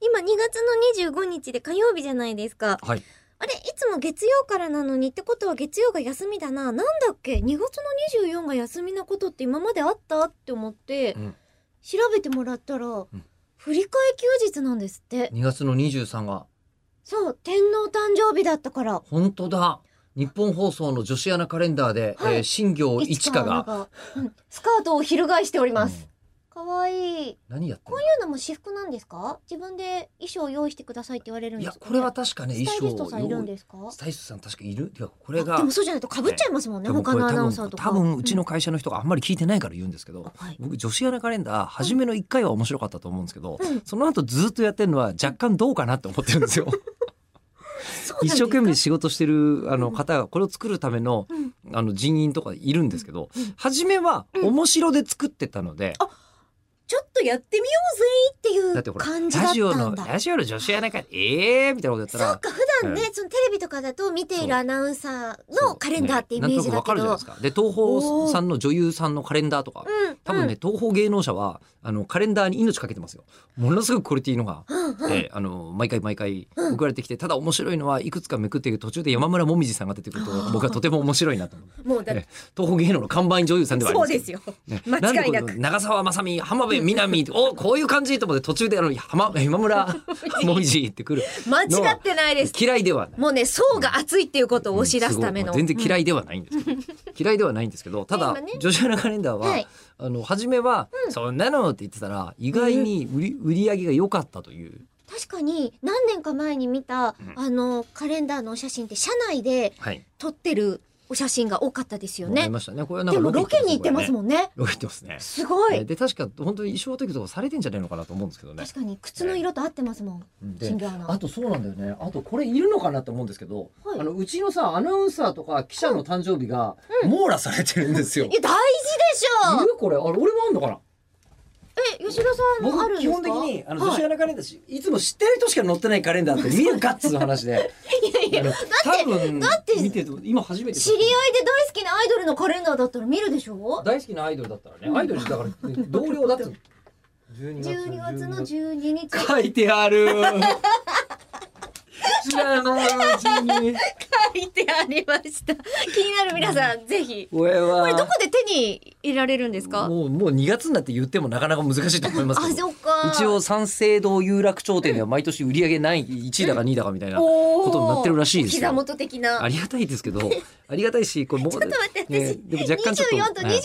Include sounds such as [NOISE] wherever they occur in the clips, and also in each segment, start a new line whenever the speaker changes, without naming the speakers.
今2月の25日で火曜日じゃないですか。
はい。
あれいつも月曜からなのにってことは月曜が休みだな。なんだっけ ?2 月の24が休みなことって今まであったって思って、
うん
調べてもらったら、
ん
振り替え休日なんですって。
2月の23が、
そう、天皇誕生日だったから。
本当だ。日本放送の女子アナカレンダーで、
はい
えー新業一
ア
華
ナ
が。
が、うんスカートを翻しておりま
う
す
ん。
かわいい。
何やってん
こ
の
ういうのも私服なんですか自分で衣装を用意してくださいって言われるん
い
で
や、
すか
これは確かね、
スタイリ
衣
ス
装
ト
を
さんいる
用
ん
意
ですか
スタイリストさん確かいるいや、これ
あ
が
でも、そうじゃないと被っちゃいますもんね、
多分こ
他
れ
のアナウ
多
ンサー
分、
とか。
多分うちの会社の人があんまり聞いてないから言うんですけ
あ
ど、
はい。
僕、女子アナカレンダー、初めの1回は面白かったと思うんですけど、
うん
その後ずっとやってるのは若干どうかなって思ってるん
[LAUGHS]
ですよ。
そうなんで
一
すか
生懸命仕事してるあ
う
の
ん
方がこれを作るための
うん
あの人員とかいるんですけど
うんうん
初めは面白で作ってたので
あちょっとやってみようぜ
だ
って
っ
てい
ほ
う
ら
感じだ
ラ
っ
ジオ
たん
の
だ。
ラジオの女子アナがえーみたいなことやっ
そ
た
う
ら
か、普段ね、そのテレビとかだと見てい
そう
るアナウンサー
そ
の
う
カレンダーってイ
ね
メージ
なん
だ
と
け
なくわかるじゃない
ど
です。かで東宝さんの女優さんのカレンダーとか
うん
多分ね、東宝芸能者はあのカレンダーに命かけてますよものすごくクオリティのが。
うんうん
えーあの毎回毎回
うん
送られてきて、ただ面白いのはいくつかめくっていく途中で山村もみじさんが出てくると僕はとても面白いなと思う
もうだっ
え
て、
東宝芸能の看板女優さんではあり
そ
ま
う
すけ
です
ど
よ。
ね
間違いなく
んでこの長澤まさみ、浜辺美波、おこういう感じと思って途中であの浜
[LAUGHS]
今村もみじってくる。
間違ってないです。
嫌いではない。
もうね、層が厚いっていうことを押し出すための。
うんすごい全然嫌いではないんですけど、嫌いではないんですけど、ただ、
今ね
女子アナカレンダーは、
はい
あの初めは、そんなのって言ってたら意外に売り,、売り上げが良かったという。
確かに何年か前に見た、
ん
あのカレンダーのお写真って社内で
はい。
撮ってるお写真が多かったですよ
思い
ね。
ましたね。これはなん
で
か
もロケに行ってます
ん。
もんね。
ロケ行ってますね。
すご
えー
い。
で確か本当に衣装時とかされてんじゃないのかなと思うんですけどね
確。かに靴の色と合ってますもん。
で
新庄アナ。
あとそうなんだよね。あとこれいるのかなと思うんですけど、
はい
あのうちのさアナウンサーとか記者の誕生日が網羅されてるんですよ。
いや大事でし
い
ょう。
るこれあれ俺もあんのかな。
え吉田さんもあるん
僕
で
基
すか。
本的にあの
はい
女子アナカレンダーし、い、つも知ってる人しか載ってないカレンダーって見るかっつう
[LAUGHS]
話で。いやいやだって多分
だって
見てると今初めて
知り合いで大好きなアイドルのカレンダーだったら見るでしょ。
大好きなアイドルだったらね、アイドルだから同僚だって。12
12月の12日。
[LAUGHS]
書
書いてある。知らないうちに。
いてありました。気になる皆さんぜひ。
俺は。
これどこで手に入れられるんですか。
もうもう2月になって言ってもなかなか難しいと思います
あ
け
そ
ど
っか。
一応三省堂有楽町店では毎年売り上げない1位だか2位だかみたいなこ
おー
とになってるらしいです
膝
よ。
元的な。
ありがたいですけ
[LAUGHS]
どありがたいしこれも
ちょっと待って、私、
ねでも若干ちょっと
24と23の
ね
今年の話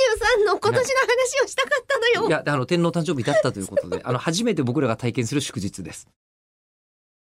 をしたかったのよ。
いやあの天皇誕生日だったということであの初めて僕らが体験する祝日です。